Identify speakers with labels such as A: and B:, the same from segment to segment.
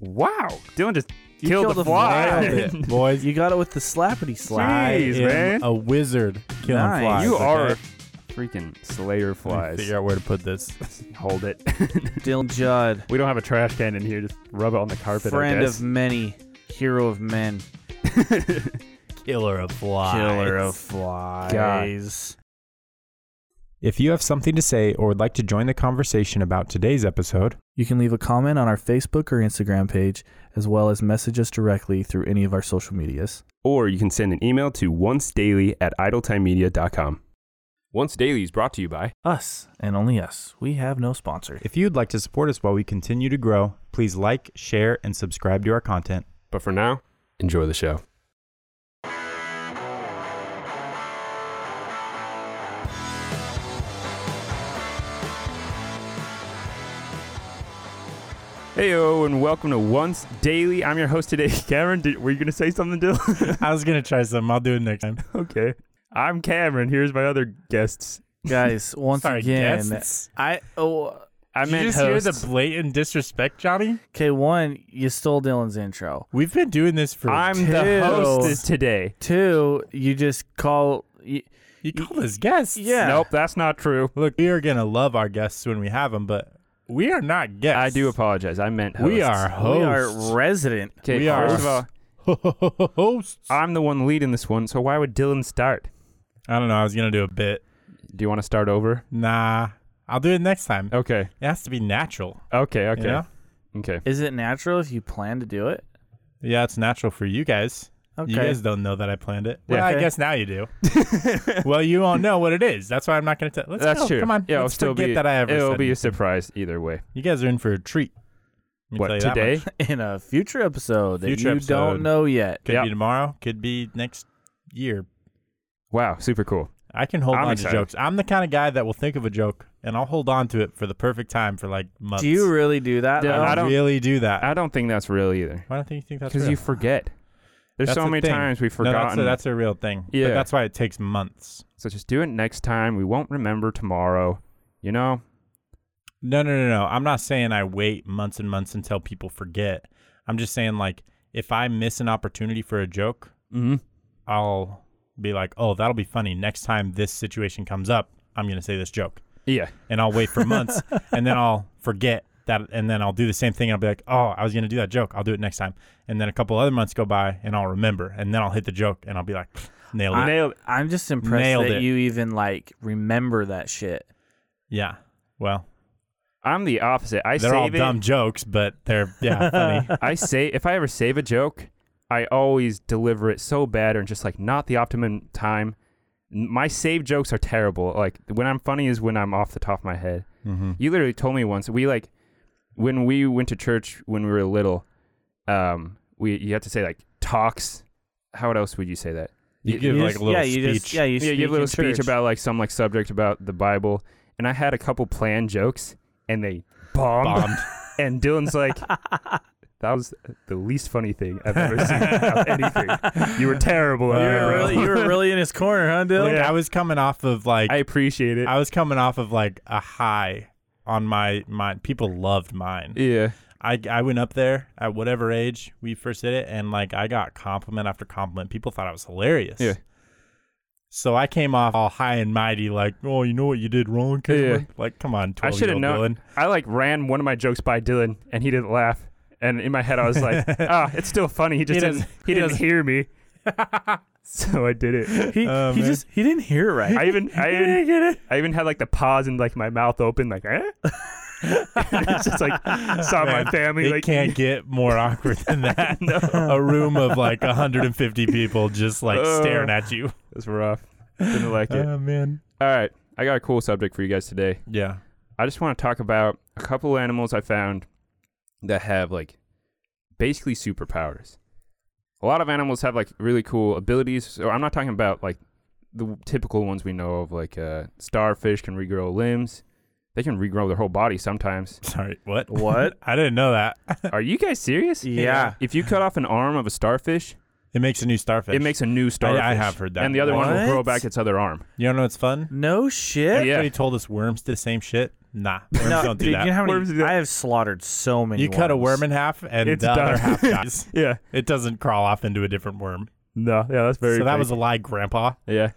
A: Wow, Dylan just
B: You
A: killed, the fly.
B: nailed it, boys. You got it with the slappity slide.
A: Jeez,
B: in
A: man.
B: A wizard killing
A: Nice.
B: flies.
A: You
B: okay?
A: are a freaking slayer of
B: Let me
A: flies.
B: Figure out where to put this.
A: Hold it.
B: Dylan Judd,
A: we don't have a trash can in here. Just rub it on the carpet.
B: friend
A: I guess.
B: of many, hero of men,
C: Killer of flies.
B: killer of flies.
D: If you have something to say or would like to join the conversation about today's episode,
B: You can leave a comment on our Facebook or Instagram page, as well as message us directly through any of our social medias.
E: Or you can send an email to oncedaily at idletimemedia.com. Once Daily is brought to you by
B: Us and only us. We have no sponsor.
D: if you'd like to support us while we continue to grow, please like, share, and subscribe to our content.
E: But for now, enjoy the show.
A: Hey, oh, and welcome to Once Daily. I'm your host today, Cameron. Did, were you going to say something, Dylan?
D: I was going to try something. I'll do it next time.
A: okay. I'm Cameron. Here's my other guests.
B: Guys, once
D: Sorry,
B: again,
D: guests.
B: I oh
A: I
D: Did
A: meant
D: you just hear
A: hosts.
D: the blatant disrespect, Johnny?
B: okay. One, you stole Dylan's intro.
D: We've been doing this for.
A: I'm
B: Two.
A: the hostess today.
B: Two, you just call. You,
D: you call us guests.
B: yeah.
A: Nope, that's not true.
D: Look, we are going to love our guests when we have them, but we are not guests.
A: I do apologize. I meant hosts.
D: We are
B: We
D: hosts.
B: are resident.
A: Okay,
D: we are-
A: first of all,
D: hosts.
A: I'm the one leading this one, so why would Dylan start?
D: I don't know. I was going to do a bit.
A: Do you want to start over?
D: Nah. I'll do it next time.
A: Okay.
D: It has to be natural.
A: Okay, okay.
D: You know?
A: Okay.
B: Is it natural if you plan to do it?
D: Yeah, it's natural for you guys.
B: Okay.
D: You guys don't know that I planned it. Well,
A: Yeah.
D: I guess now you do. well, you won't know what it is. That's why I'm not going to tell. Let's
A: That's
D: go.
A: true.
D: Come on.
A: Yeah, it'll
D: Let's
A: still
D: forget
A: be,
D: that I ever
A: It'll
D: said
A: be a
D: anything.
A: surprise either way.
D: You guys are in for a treat. Let me tell
A: What,
D: you that much.
A: today?
B: in a future episode that
D: Future
B: you
D: episode.
B: don't know yet.
D: Could
A: Yeah.
D: be tomorrow. Could be next year.
A: Wow, super cool.
D: I can hold
A: I'm
D: on
A: excited.
D: to jokes. I'm the kind of guy that will think of a joke and I'll hold on to it for the perfect time for like months.
B: Do you really do that?
A: Yeah,
B: though?
A: I
D: I
A: don't-
D: don't really do that.
A: I don't think that's real either.
D: why don't you think that's
A: Because
D: real?
A: you forget. There's
D: That's
A: so
D: a
A: many
D: thing.
A: times we've
D: No, that's
A: forgotten.
D: a, that's a real thing. But
A: Yeah.
D: that's why it takes months.
A: so just do it next time. We won't remember tomorrow. You know?
D: No, no, no, no. I'm not saying I wait months and months until people forget. I'm just saying like if I miss an opportunity for a joke,
A: Mm-hmm.
D: I'll be like, "Oh, that'll be funny next time this situation comes up. I'm going to say this joke."
A: Yeah.
D: And I'll wait for months and then I'll forget that and then I'll do the same thing and I'll be like, "Oh, I was going to do that joke. I'll do it next time." And then a couple other months go by and I'll remember and then I'll hit the joke and I'll be like, "Nailed it."
B: I,
A: Nailed it.
B: am just impressed
D: Nailed
B: that
D: it.
B: you even like remember that shit.
D: yeah. Well,
A: I'm the opposite. I
D: they're
A: save
D: all
A: it.
D: dumb jokes, but they're yeah, funny.
A: I say if I ever save a joke, I always deliver it so bad or just like not the optimum time. N- My save jokes are terrible. Like when I'm funny is when I'm off the top of my head.
D: Mhm.
A: You literally told me once we like when we went to church when we were little. Um, we you had to say like talks. How else would you say that?
D: You
A: Y-
D: give
B: You
D: like
B: just-
D: a little
B: yeah, you
D: speech.
B: just yeah, you
A: yeah,
B: speak
A: you give
B: in
A: a little speech
B: church.
A: about like some like subject about the Bible, and I had a couple planned jokes, and they bombed.
D: bombed.
A: And Dylan's like, that was the least funny thing I've ever seen of anything. You were terrible. at
B: You
A: it,
B: were,
A: bro."
B: really, you were really in his corner, huh, Dylan?
D: Like, I was coming off of like
A: I
D: I,
A: appreciate it.
D: was coming off of like a high on my my people loved mine.
A: yeah.
D: I I went up there at whatever age we first did it and like I got compliment after compliment. People thought I was hilarious.
A: Yeah.
D: So I came off all high and mighty, like, oh, you know what you did wrong, Cameron? Like, come on,
A: I
D: twelve
A: should have
D: year old
A: known.
D: Dylan.
A: I like ran one of my jokes by Dylan, and he didn't laugh. And in my head, I was like, ah, it's still funny. He just
D: He
A: didn't.
D: doesn't-
A: He,
D: he
A: didn't
D: doesn't-
A: hear me. so I did it.
B: He,
D: Oh,
B: he
D: man.
B: just he didn't hear it right.
A: I even I even, I even had like the pause and like my mouth open like eh? it's just like saw my
D: Man,
A: family
D: it
A: like
D: can't get more awkward than that. A room of like 150 people just like
A: Uh,
D: staring at you.
A: it's rough. Didn't like it.
D: man.
A: All right, I got a cool subject for you guys today.
D: Yeah.
A: I just want to talk about a couple animals I found that have like basically superpowers. A lot of animals have like really cool abilities. So I'm not talking about like the typical ones we know of, like uh, starfish can regrow limbs. They can regrow their whole body sometimes.
D: Sorry. What?
B: What?
D: I didn't know that.
A: Are you guys serious?
B: Yeah.
A: If you cut off an arm of a starfish,
D: It makes a new starfish.
A: it makes a new starfish.
D: have heard that.
A: And the other one will
B: What?
A: grow back its other arm.
D: You don't know what's fun?
B: No shit.
A: Yeah.
D: Everybody told us worms did the same shit. Nah, worms
F: no,
D: don't do
F: dude,
D: that.
F: You know how
A: Worms do
F: many,
A: that.
F: I have slaughtered so many.
D: you cut a
F: worms.
D: worm in half, and
A: It's
D: the other
A: done.
D: half dies.
A: Yeah.
D: It doesn't crawl off into a different worm.
A: No. Yeah. That's very.
D: so that
A: fake.
D: was a lie, Grandpa.
A: Yeah.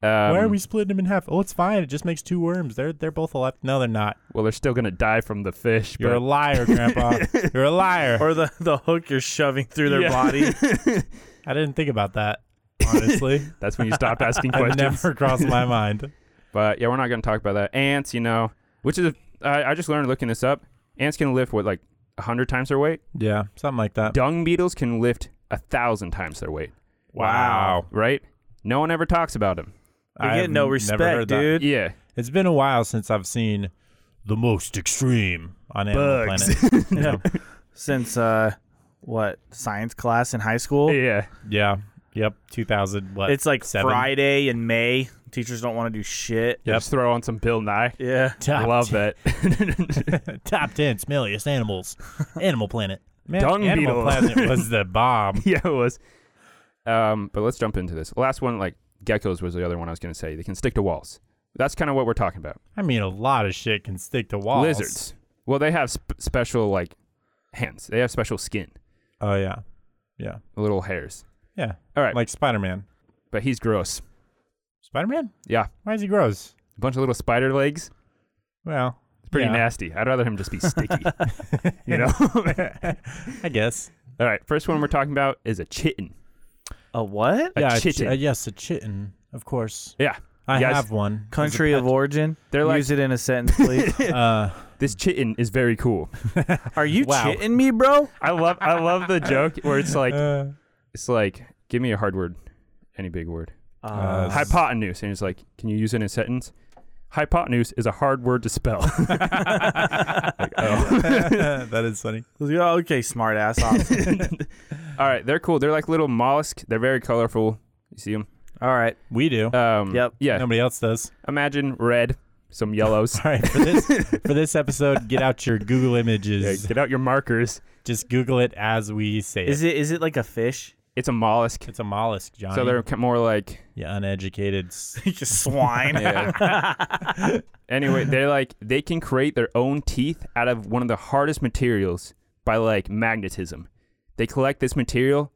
D: Why are
A: Um,
D: we splitting them in half? Oh, it's fine. It just makes two worms. They're they're both alive. No, they're not.
A: Well, they're still gonna die from the fish.
D: You're a
A: but
D: liar, Grandpa. You're a liar.
F: or the the hook you're shoving through their
A: Yeah.
F: body.
D: I didn't think about that. Honestly,
A: that's when you stopped asking
D: it
A: questions.
D: never crossed my mind.
A: But yeah, we're not gonna talk about that. Ants, you know, which is a, I, I just learned looking this up. Ants can lift what like hundred times their weight.
D: Yeah, something like that.
A: Dung beetles can lift a thousand times their weight.
D: Wow.
A: Right? No one ever talks about them.
F: You're
D: I
F: getting no
D: have never
F: respect,
D: heard that.
F: dude.
A: Yeah.
D: It's been a while since I've seen the most extreme on Animal
A: Bugs.
D: Planet. You know?
F: Since uh, what science class in high school?
A: Yeah.
D: yeah. Yep. 2000. What?
F: It's like
D: seven?
F: Friday in May. Teachers don't want to do shit.
A: Yep. Just throw on some Bill Nye.
F: Yeah.
A: I
D: Top
A: love
D: ten-
A: that.
D: Top 10 smelliest animals. Animal Planet. Man,
A: Dung beetles.
D: Animal Planet was the bomb.
A: yeah, it was. Um, but let's jump into this. Last one, like geckos was the other one I was gonna say. They can stick to walls. That's kind of what we're talking about.
D: I mean, a lot of shit can stick to walls.
A: Lizards. Well, they have sp- special like hands. They have special skin,
D: Oh, yeah. Yeah.
A: little hairs.
D: Yeah.
A: All right,
D: Like Spider Man.
A: but he's gross.
D: Spider Man?
A: Yeah,
D: Why is he gross?
A: a bunch of little spider legs.
D: Well,
A: It's pretty
D: yeah.
A: nasty. I'd rather him just be sticky. you know.
D: I guess.
A: All right, first one we're talking about is a chitin.
F: A what?
A: A
D: yeah, a
A: chitin.
D: chi- uh, yes, a chitin, of course.
A: yeah,
D: I
A: Yes.
D: have one.
F: Country of origin.
A: They're like-
F: Use it in a sentence, please.
D: Uh,
A: this chitin is very cool.
F: Are you
D: Wow.
F: chitting me, bro?
A: I love I love the joke where it's like
D: uh,
A: it's like give me a hard word, any big word.
D: Uh,
F: Uh,
A: Hypotenuse, and it's like, can you use it in a sentence? Hypotenuse is a hard word to spell. Like, oh.
D: that is funny.
F: Uh, yeah, okay, smart ass. Awesome.
A: All right, they're cool. They're like little mollusks. They're very colorful. You see them?
F: All right.
D: We do.
A: Um,
F: Yep.
A: Yeah.
D: Nobody else does.
A: Imagine red, some yellows.
D: All right, for this for this episode, get out your Google
A: Yeah,
D: images.
A: get out your markers.
D: Just Google it as we say
F: Is it
D: it.
F: is it like a fish?
A: It's a mollusk,
D: It's a mollusk, Johnny.
A: so they're ki- more like.
D: you uneducated. s-
F: Just swine.
A: Yeah. anyway, they're like they can create their own teeth out of one of the hardest materials by like magnetism. They collect this material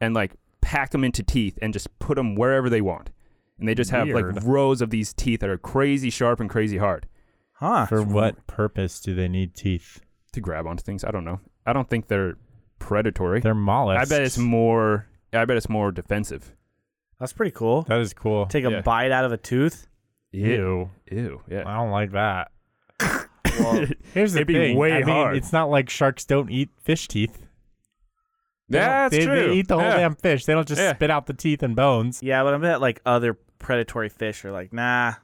A: and like pack them into teeth and just put them wherever they want. And they just have
D: Weird.
A: like rows of these teeth that are crazy sharp and crazy hard
F: Huh.
D: For what purpose do they need teeth?
A: to grab onto things. I don't know. I don't think they're predatory.
D: They're
A: I
D: mollusks.
A: bet it's more. I bet it's more defensive.
F: That's pretty cool.
D: that is cool.
F: Take a
A: Yeah.
F: bite out of a tooth.
D: Ew.
A: Ew. Yeah.
D: I don't like that.
F: Well,
D: Here's the
A: It'd be
D: thing.
A: way
D: I mean,
A: hard.
D: it's not like sharks don't eat fish teeth. They don't-
A: That's
D: they,
A: true.
D: They eat the whole
A: Yeah.
D: damn fish. They don't just
A: Yeah.
D: spit out the teeth and bones.
F: yeah, but I bet like other predatory fish are like, nah,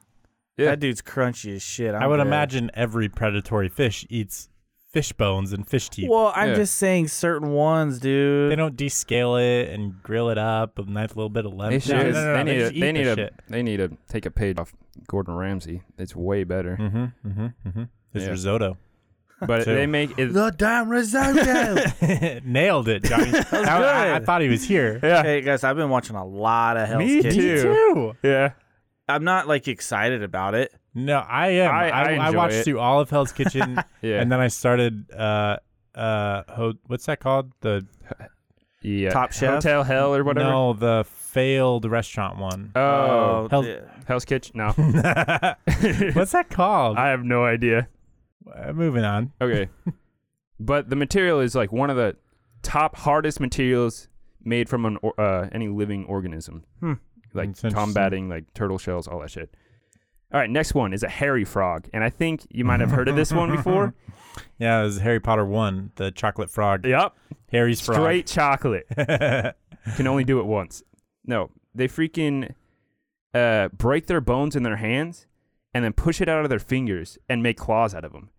A: Yeah.
F: that dude's crunchy as shit. I'm
D: I would
F: good.
D: imagine every predatory fish eats fish bones and fish teeth.
F: Well, I'm
A: Yeah.
F: just saying certain ones,
D: They
F: dude.
D: don't descale it and grill it up with a nice little bit of lemon.
A: They should.
D: No, no, no, no,
A: they need.
D: just
A: to-
D: eat
A: they
D: the
A: need to.
D: shit.
A: They need to take a page off Gordon Ramsay. It's way better.
D: Mm-hmm, mm-hmm, mm-hmm. It's
A: Yeah.
D: risotto.
A: But
D: Mm, Too.
A: they make it.
F: The damn risotto.
D: Nailed it, Johnny. I, I- I
F: good.
D: thought he was here.
A: Yeah.
F: hey guys, I've been watching a lot of Hell's
A: Me
F: Kitchen.
A: too.
D: too.
A: Yeah.
F: I'm not like excited about it.
D: No, I am.
A: I-
D: I,
A: I
D: I,
A: enjoy
D: watched
A: it.
D: through all of Hell's Kitchen,
A: Yeah.
D: and then I started. Uh, uh, ho- what's that called? The
A: yeah.
F: Top Chef?
A: Hotel Hell or whatever.
D: no, the failed restaurant one.
A: Oh.
D: Hell's-
F: yeah.
A: Hell's Kitchen. No.
D: what's that called?
A: Oh. I have no idea.
D: Uh, moving on.
A: Okay. but the material is like one of the top hardest materials made from an or- uh, any living organism.
F: Hmm.
A: Like
D: That's interesting.
A: combating like turtle shells, all that shit. All right, next one is a hairy frog, and I think you might have heard of this one before.
D: Yeah, it was Harry Potter one, the chocolate frog.
A: yep,
D: Harry's frog.
A: straight chocolate. can only do it once. No, they freaking uh, break their bones in their hands and then push it out of their fingers and make claws out of them.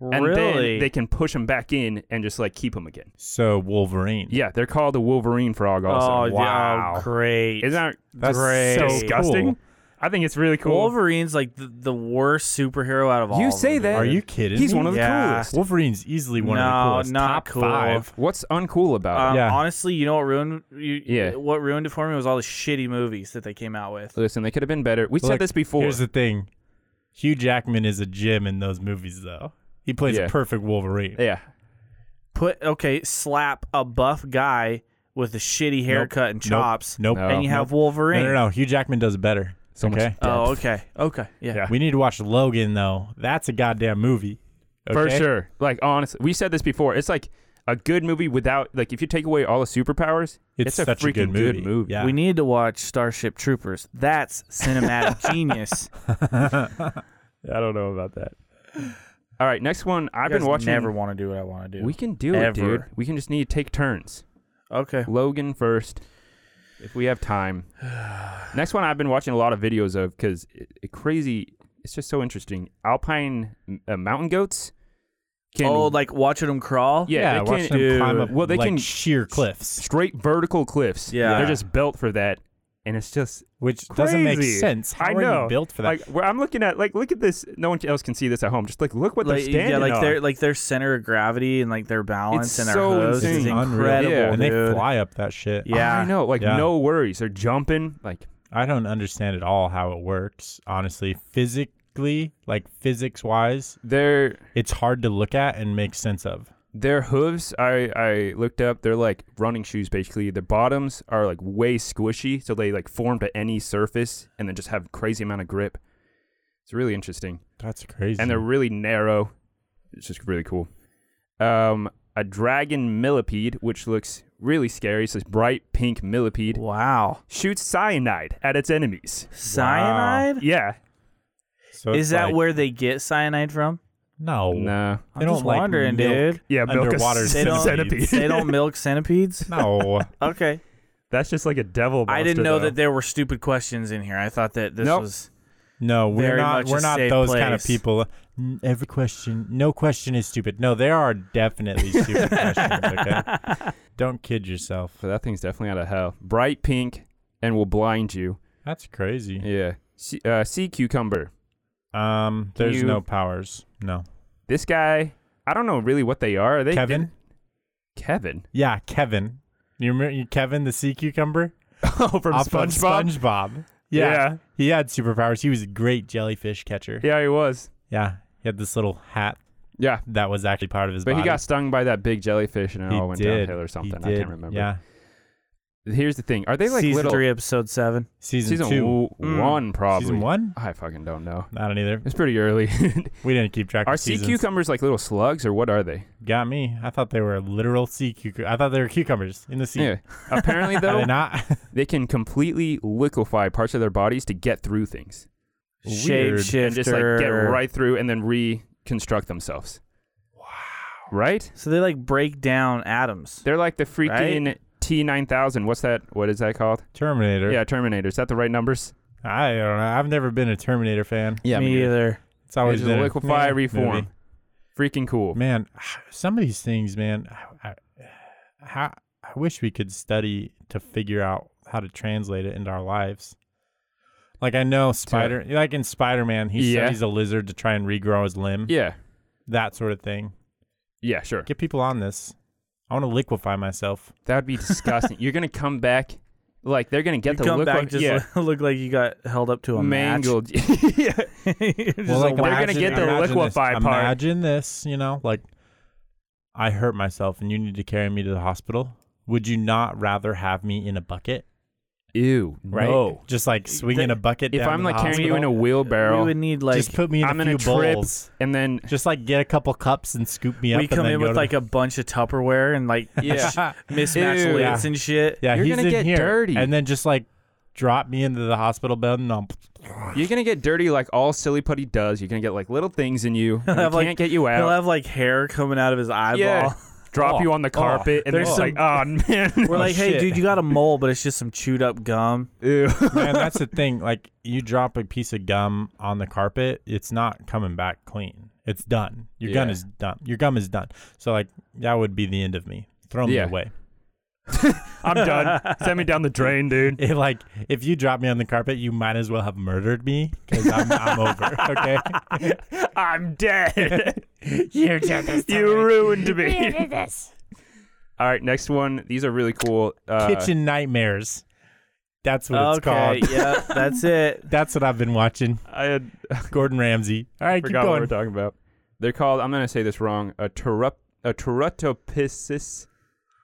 A: And
F: really?
A: then they can push them back in and just like keep them again.
D: so Wolverine.
A: Yeah, they're called the Wolverine frog also.
F: oh,
D: Wow.
F: yeah, great.
A: Isn't that
D: That's
F: Great.
D: so
A: disgusting?
D: cool.
A: I think it's really cool.
F: Wolverine's like the, the worst superhero out of all.
A: You
F: of
A: say
F: them,
A: that.
D: Are
F: dude.
D: you kidding
A: He's
D: me?
A: one of the
F: Yeah.
A: coolest.
D: Wolverine's easily one of
F: No,
D: the coolest.
F: not
D: Top
F: cool.
D: five.
A: What's uncool about
F: Um,
D: Yeah.
F: Honestly, you know what ruined you,
A: Yeah.
F: what ruined it for me was all the shitty movies that they came out with.
A: it? Listen, they could have been better. We
D: Look,
A: said this before.
D: Here's the thing. Hugh Jackman is a gem in those movies, though. He plays
A: Yeah.
D: a perfect Wolverine.
A: Yeah.
F: Put okay, slap a buff guy with a shitty haircut and
D: Nope.
F: chops,
D: Nope.
A: No.
F: and you have
D: No,
F: Wolverine.
D: no, no. Hugh Jackman does it better.
A: So much
D: okay.
F: Oh, okay, okay, yeah.
A: Yeah.
D: We need to watch Logan, though. That's a goddamn movie.
A: For
D: okay?
A: sure. Like honestly, we said this before. It's like a good movie without like if you take away all the superpowers,
D: It's,
A: a
D: such
A: freaking
D: a good movie. Yeah.
F: We need to watch Starship Troopers. That's cinematic genius.
A: I don't know about that. All right, next one. I've
F: You
A: been
F: guys
A: watching.
F: Never want to do what I want to do.
A: we can do
F: Ever.
A: it, dude. We can just need to take turns.
F: okay.
A: Logan first, if we have time. Next one I've been watching a lot of videos of because it, it crazy. It's just so interesting. Alpine uh, mountain goats. Can,
F: oh, like watching them crawl.
A: yeah,
D: Yeah,
A: they
D: watch
A: can,
D: them climb up
A: well, they
D: like
A: can
D: sheer cliffs,
A: straight vertical cliffs.
F: Yeah.
A: they're just built for that, and it's just
D: which doesn't make
A: Crazy.
D: sense.
A: I
D: How are
A: know.
D: you built for that?
A: Like where I'm looking at, like look at this. No one else can see this at home. Just like look what
F: like,
A: they're standing
F: yeah, like
A: on.
F: their like their center of gravity and like their balance
A: It's
F: and their
A: so
F: hose
A: insane. It's
F: is incredible.
A: Yeah.
D: and
F: dude.
D: they fly up that shit.
F: Yeah,
A: I know. Like
D: Yeah.
A: no worries. They're jumping. Like
D: I don't understand at all how it works, honestly. Physically, like physics wise,
A: their
D: it's hard to look at and make sense of.
A: their hooves. I I looked up. They're like running shoes basically. Their bottoms are like way squishy, so they like form to any surface and then just have crazy amount of grip. It's really interesting,
D: That's crazy.
A: and they're really narrow. It's just really cool. Um, a dragon millipede, which looks really scary. It's this bright pink millipede.
F: Wow.
A: shoots cyanide at its enemies.
F: Cyanide?
A: Yeah.
D: so
F: Is
D: it's
F: that
D: like-
F: where they get cyanide from?
D: No,
A: No.
F: I'm
D: They
F: just
D: don't, like,
F: wondering,
D: milk.
F: dude.
A: Yeah, milk a
D: Underwater
A: c-
F: They don't-
A: centipede.
F: They don't milk centipedes?
D: no.
F: Okay.
A: That's just like a devil.
F: I didn't
A: monster,
F: know
A: though.
F: that there were stupid questions in here. I thought that this
A: Nope.
F: was
D: No, we're
F: Very
D: not.
F: much
D: We're
F: a
D: not
F: safe
D: those kind of
F: place.
D: people. N- Every question, no question is stupid. No, there are definitely stupid questions. Okay, don't kid yourself.
A: So that thing's definitely out of hell. Bright pink and will blind you.
D: That's crazy.
A: Yeah. Sea, uh, sea cucumber.
D: Um, there's
A: You-
D: no powers. No,
A: This guy, I don't know really what they are. Are they
D: Kevin.
A: Kevin.
D: Yeah, Kevin. You remember Kevin the sea cucumber
A: oh, from
D: Off of SpongeBob. Yeah.
A: Yeah.
D: he had superpowers. He was a great jellyfish catcher.
A: Yeah, he was.
D: Yeah, he had this little hat
A: Yeah.
D: that was actually part of his
A: But
D: body.
A: he got stung by that big jellyfish and it
D: He
A: all went
D: did.
A: downhill or
D: He
A: something. I
D: did.
A: can't remember.
D: Yeah,
A: Here's the thing. Are they like
F: season
A: little
F: three, episode seven.
D: season,
A: season
D: two,
A: w-
F: Mm.
A: one probably?
D: season one.
A: I fucking don't know.
D: I don't either.
A: It's pretty early.
D: We didn't keep track.
A: Are
D: of
A: sea
D: seasons.
A: cucumbers like little slugs, or what are they?
D: Got me. I thought they were literal sea cucumbers. I thought they were cucumbers in the sea.
A: Yeah. Apparently,
D: Are
A: though,
D: they not?
A: they can completely liquefy parts of their bodies to get through things
D: Weird.
F: Shapeshifter.
A: and just like get right through and then reconstruct themselves. Wow. Right?
F: So they like break down atoms.
A: They're like the freaking T9000. What's that? What is that called?
D: Terminator.
A: Yeah, Terminator. Is that the right numbers?
D: I don't know. I've never been a Terminator fan.
A: Yeah,
F: Me either.
D: It's always
A: just
D: been a
A: liquefy,
D: meh
A: reform.
D: movie.
A: Freaking cool.
D: Man, some of these things, man. I, I, how- I wish we could study to figure out how to translate it into our lives. Like I know Spider, like in Spider Man, he
A: Yeah.
D: studies a lizard to try and regrow his limb.
A: Yeah.
D: That sort of thing.
A: Yeah, sure.
D: Get people on this. I want to liquefy myself.
A: That would be disgusting. You're going to come back. Like they're gonna get
F: you
A: the
F: come
A: look
F: back
A: like
F: just
A: yeah,
F: look, look like you got held up to a
A: mangled. yeah.
F: match. You're just
D: Well,
F: like,
A: they're
D: like,
A: gonna
D: imagine-
A: get the
D: imagine this.
A: liquefy part.
D: Imagine this, you know, like I hurt myself and you need to carry me to the hospital. Would you not rather have me in a bucket,
A: Ew.
D: right?
A: No.
D: Just like swinging a bucket.
A: If
D: down
A: I'm
D: to
A: like
D: the
A: carrying you in a
D: hospital,
A: wheelbarrow,
F: we would need like
D: just put me in
A: I'm
D: a
A: in
D: few
A: a trip.
D: bowls.
A: and then
D: Just like get a couple cups and scoop me up.
F: we
D: and
F: come
D: then
F: in
D: go
F: with
D: to-
F: like a bunch of Tupperware and like
A: yeah,
F: mismatched
A: Ew.
F: lids and shit.
D: yeah,
A: you're
D: he's
A: gonna
D: in
A: get
D: here,
A: dirty.
D: and then just like drop me into the hospital bed and I'll
A: you're gonna get dirty like all silly putty does. You're gonna get like little things in you. and
F: He'll
A: they
F: have, like-
A: can't get you
F: He'll
A: out.
F: have like hair coming out of his eyeball.
A: yeah, drop
D: Oh,
A: you on the carpet, and
D: there's
A: there's like, oh man,
F: We're like, hey,
D: shit.
F: dude, you got a mole, but it's just some chewed up gum.
A: Ew.
D: Man, that's the thing. Like you drop a piece of gum on the carpet, it's not coming back clean. It's done. Your gum
A: Yeah.
D: is done. Your gum is done. So like that would be the end of me. Throw me
A: Yeah.
D: away.
A: I'm done. Send me down the drain, dude.
D: It, like if you drop me on the carpet, you might as well have murdered me because I'm, I'm over. Okay.
A: I'm dead.
D: You're just
A: you ruined me. All right, next one. These are really cool. Uh,
D: kitchen nightmares. That's what it's
F: okay,
D: called.
F: yeah, that's it.
D: That's what I've been watching.
A: I had
D: Gordon Ramsay. All right, keep
A: forgot what we
D: going.
A: are talking about. They're called. I'm gonna say this wrong. A terup, a teratopsis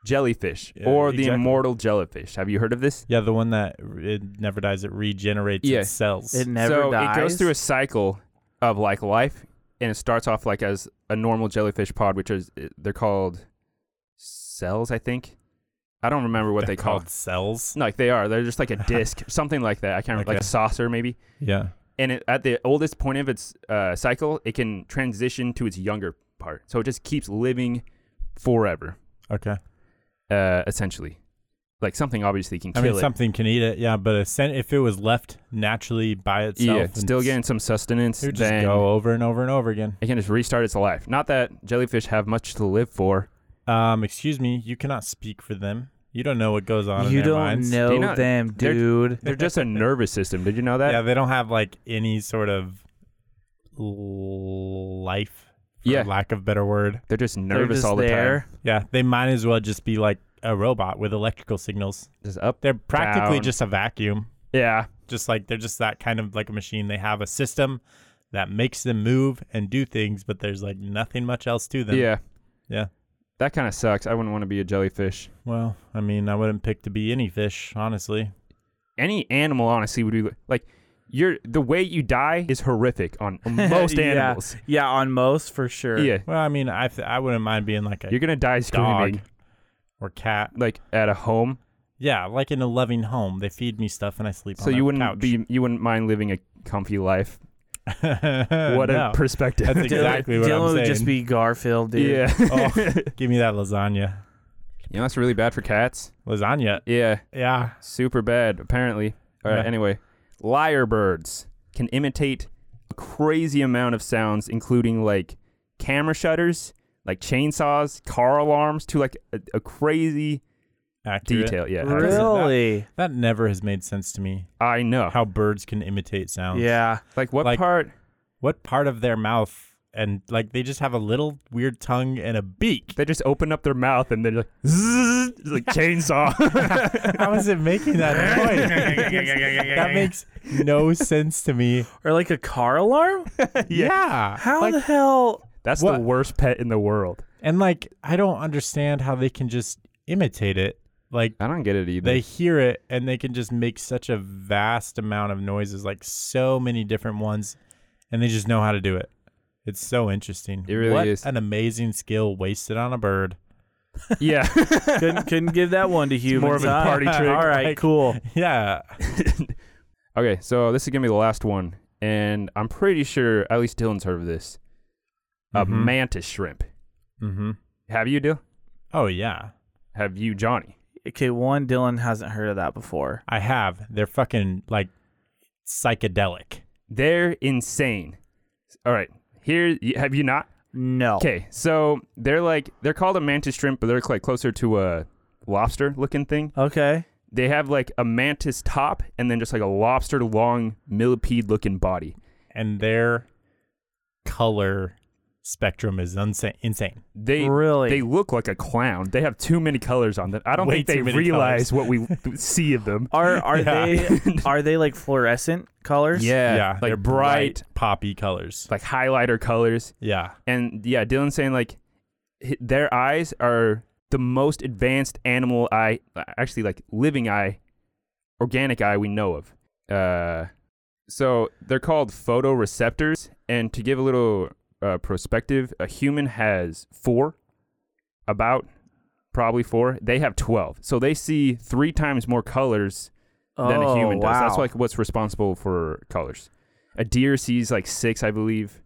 A: jellyfish,
D: Yeah,
A: or the
D: exactly.
A: immortal jellyfish. Have you heard of this?
D: Yeah, the one that it never dies. It regenerates
A: Yeah.
D: its cells.
F: It never
A: so
F: dies.
A: it goes through a cycle of like life, and it starts off like as a normal jellyfish pod, which is eh, they're called cells, I think. I don't remember what
D: They're
A: they call.
D: called cells.
A: Like they are. They're just like a disc, something like that. I can't remember, like
D: Okay.
A: a saucer maybe.
D: Yeah.
A: and it, at the oldest point of its uh, cycle, it can transition to its younger part. So it just keeps living forever,
D: Okay.
A: uh, essentially. Like something obviously can
D: I
A: kill
D: mean,
A: it.
D: something can eat it. Yeah, but a sen- if it was left naturally by itself,
A: yeah,
D: and
A: still
D: s-
A: getting some sustenance.
D: It would just
A: then
D: go over and over and over again.
A: it can just restart its life. Not that jellyfish have much to live for.
D: Um, excuse me, you cannot speak for them. You don't know what goes on in
F: you
D: their
F: don't
D: minds.
F: know
A: Do you not-
F: them,
A: they're-
F: dude.
A: They're just a nervous system. Did you know that?
D: Yeah, they don't have like any sort of l- life, for
A: Yeah.
D: lack of better word.
A: They're just
F: They're
A: nervous
F: just
A: all the time.
F: there.
D: Yeah, they might as well just be like a robot with electrical signals.
A: Just up.
D: They're practically
A: Down.
D: just a vacuum.
A: Yeah.
D: Just like they're just that kind of like a machine. They have a system that makes them move and do things, but there's like nothing much else to them.
A: Yeah.
D: Yeah.
A: That kind of sucks. I wouldn't want to be a jellyfish.
D: Well, I mean, I wouldn't pick to be any fish, honestly.
A: any animal honestly would be like you're the way you die is horrific on most
F: Yeah.
A: animals.
F: Yeah, on most for sure.
A: Yeah.
D: Well, I mean, I th- I wouldn't mind being like a
A: You're gonna die screaming.
D: dog or cat.
A: Like at a home.
D: Yeah, like in a loving home, they feed me stuff and I sleep.
A: So
D: on
A: you
D: a
A: wouldn't
D: couch.
A: be you wouldn't mind living a comfy life. What
D: Oh, No.
A: a perspective.
D: That's
F: Dylan-
D: exactly what
F: Dylan
D: I'm
F: would
D: saying.
F: just be Garfield, dude.
A: yeah.
D: Oh. Give me that lasagna.
A: You know that's really bad for cats.
D: Lasagna.
A: Yeah.
D: Yeah.
A: Super bad, apparently. All right,
D: Yeah.
A: anyway. Lyrebirds can imitate a crazy amount of sounds, including like camera shutters, like chainsaws, car alarms, to like a, a crazy
D: Accurate.
A: detail. Yeah.
D: Really?
F: Really?
D: That never has made sense to me.
A: I know.
D: How birds can imitate sounds.
F: Yeah.
A: Like what
D: Like-
A: part?
D: What part of their mouth and like they just have a little weird tongue and a beak.
A: They just open up their mouth and they're like, zzz, it's like chainsaw.
D: How is it making that noise? that makes no sense to me.
F: Or like a car alarm?
D: Yeah.
F: How
D: Like,
F: the hell?
A: That's
D: What?
A: the worst pet in the world.
D: and like I don't understand how they can just imitate it. Like
A: I don't get it either.
D: they hear it and they can just make such a vast amount of noises, like so many different ones, and they just know how to do it. It's so interesting.
A: It really
D: What
A: is.
D: an amazing skill wasted on a bird.
A: yeah.
F: couldn't couldn't give that one to humans.
A: more of a
F: huh?
A: party trick.
F: All right,
D: Like-
F: cool.
D: Yeah.
A: okay, so this is gonna be the last one, and I'm pretty sure at least Dylan's heard of this. A
D: Mhm.
A: mantis shrimp.
D: Mm-hmm.
A: Have you, Dylan?
D: Oh yeah,
A: Have you, Johnny?
F: Okay, one Dylan hasn't heard of that before.
D: I have. They're fucking like psychedelic.
A: They're insane. All right, here. y- Have you not?
F: No.
A: Okay, so they're like they're called a mantis shrimp, but they're like closer to a lobster-looking thing.
F: Okay.
A: they have like a mantis top and then just like a lobster long millipede looking body.
D: and their color spectrum is unsa- insane.
A: They
F: Really?
A: they look like a clown. They have too many colors on them. I don't
D: Way
A: think they
D: too many
A: realize what we see of them.
F: Are are
D: Yeah.
F: they are they like fluorescent colors?
A: Yeah,
D: they're
A: like bright,
D: poppy colors.
A: like highlighter colors.
D: Yeah,
A: And yeah, Dylan's saying like hi- their eyes are the most advanced animal eye, actually like living eye, organic eye we know of. Uh, so they're called photoreceptors. And to give a little uh, perspective, a human has four, about probably four. They have twelve, so they see three times more colors
F: oh,
A: than a human
F: wow.
A: does. That's like what's responsible for colors. A deer sees like six, I believe.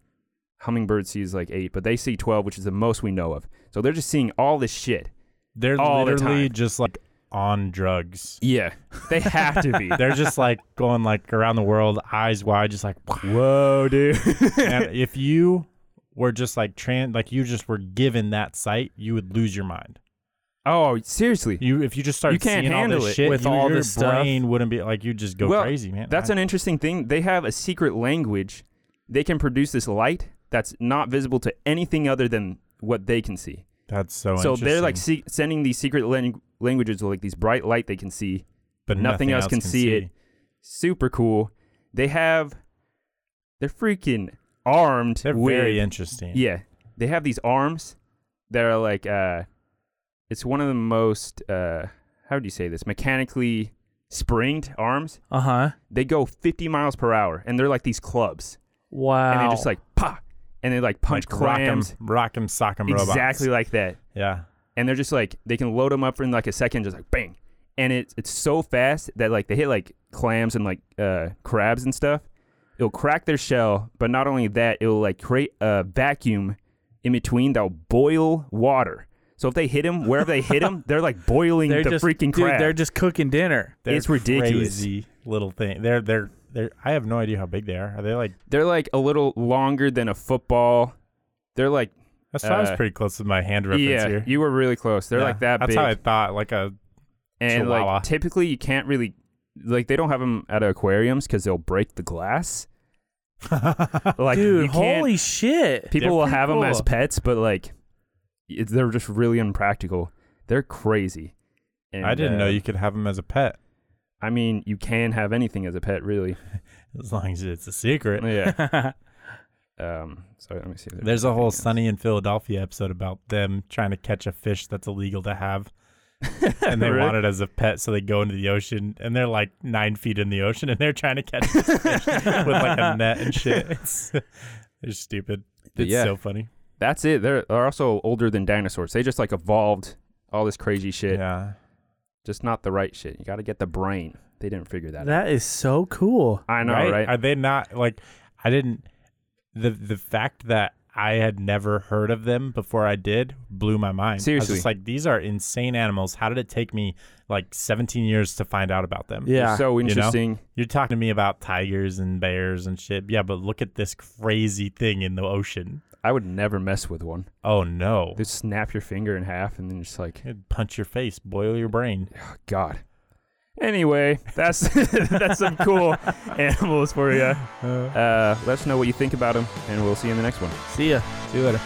A: Hummingbird sees like eight, but they see twelve, which is the most we know of. So they're just seeing all this shit.
D: they're
A: All the
D: literally
A: time.
D: just like on drugs.
A: Yeah, they have to be.
D: They're just like going like around the world, eyes wide, just like. Oh,
A: Whoa, dude!
D: and if you were just like trans, like you just were given that sight, you would lose your mind.
A: Oh, seriously.
D: You if you just started
A: You can't
D: seeing all
A: handle
D: this
A: it
D: shit
F: with
D: you-
F: all
D: your
F: this stuff.
D: brain wouldn't be like you'd just go
A: Well,
D: crazy, man.
A: That's an interesting thing. They have a secret language. They can produce this light that's not visible to anything other than what they can see.
D: that's so.
A: so they're like
D: Oh, interesting.
A: se- sending these secret lang- languages with like these bright light they can see
D: but
A: Nothing else can see it. Super cool. They have they're freaking armed
D: They're
A: with
D: very interesting.
A: Yeah. They have these arms that are like uh it's one of the most uh how do you say this? Mechanically springed arms.
F: Uh huh.
A: They go 50 miles per hour and they're like these clubs.
F: Wow.
A: And they just like pa and they like punch
D: Like
A: clams
D: rock 'em, sock 'em robots.
A: exactly like that.
D: Yeah.
A: And they're just like they can load them up in like a second just like bang. And it, it's so fast that like they hit like clams and like uh crabs and stuff. It'll crack their shell, but not only that, it'll like create a vacuum in between that'll boil water. So if they hit him, wherever they hit him, they're like boiling
F: they're
A: the
F: just
A: freaking
F: dude,
A: crab.
F: They're just cooking dinner.
D: They're
A: It's ridiculous.
D: Crazy little thing. They're they're they're. I have no idea how big they are. Are they like?
A: They're like a little longer than a football. They're like
D: That's why I was
A: Uh,
D: pretty close to my hand reference
A: yeah,
D: here.
A: you were really close. They're
D: Yeah,
A: like that
D: That's
A: big.
D: how I thought. Like a
A: and
D: Chihuahua.
A: like typically you can't really like they don't have them at aquariums because they'll break the glass. Like
F: dude,
A: you can't-
F: holy shit.
A: people
D: They're
A: will
D: pretty
A: have them as
D: cool.
A: pets, but like it, they're just really impractical. They're crazy. And,
D: I didn't know
A: uh,
D: you could have them as a pet
A: I mean, you can have anything as a pet, really.
D: as long as it's a secret.
A: Yeah.
F: That's
A: um. So let me see. if
D: There's a whole
A: anything
D: Sunny in Philadelphia episode about them trying to catch a fish that's illegal to have. and they
A: Really?
D: want it as a pet, so they go into the ocean and they're like nine feet in the ocean and they're trying to catch this fish with like a net and shit. It's, they're stupid.
A: But
D: It's
A: yeah.
D: so funny.
A: else. That's it. They're, they're also older than dinosaurs. They just like evolved all this crazy shit.
D: Yeah.
A: Just not the right shit. You got to get the brain. They didn't figure that. out.
F: so cool.
A: I know,
D: right?
A: right?
D: Are they not like I didn't the the fact that I had never heard of them before I did blew my mind. I
A: Seriously.
D: was just like these are insane animals. How did it take me like 17 years to find out about them?
A: They're
F: Yeah.
A: So
D: know?
A: interesting.
D: You're talking to me about tigers and bears and shit. Yeah, but look at this crazy thing in the ocean.
A: I would never mess with one.
D: Oh no.
A: They snap your finger in half and then just like,
D: It'd punch your face, boil your brain.
A: oh, God. Anyway, that's that's some cool animals for you. Uh, let us know what you think about them, and we'll see you in the next one.
F: See ya.
D: See you later.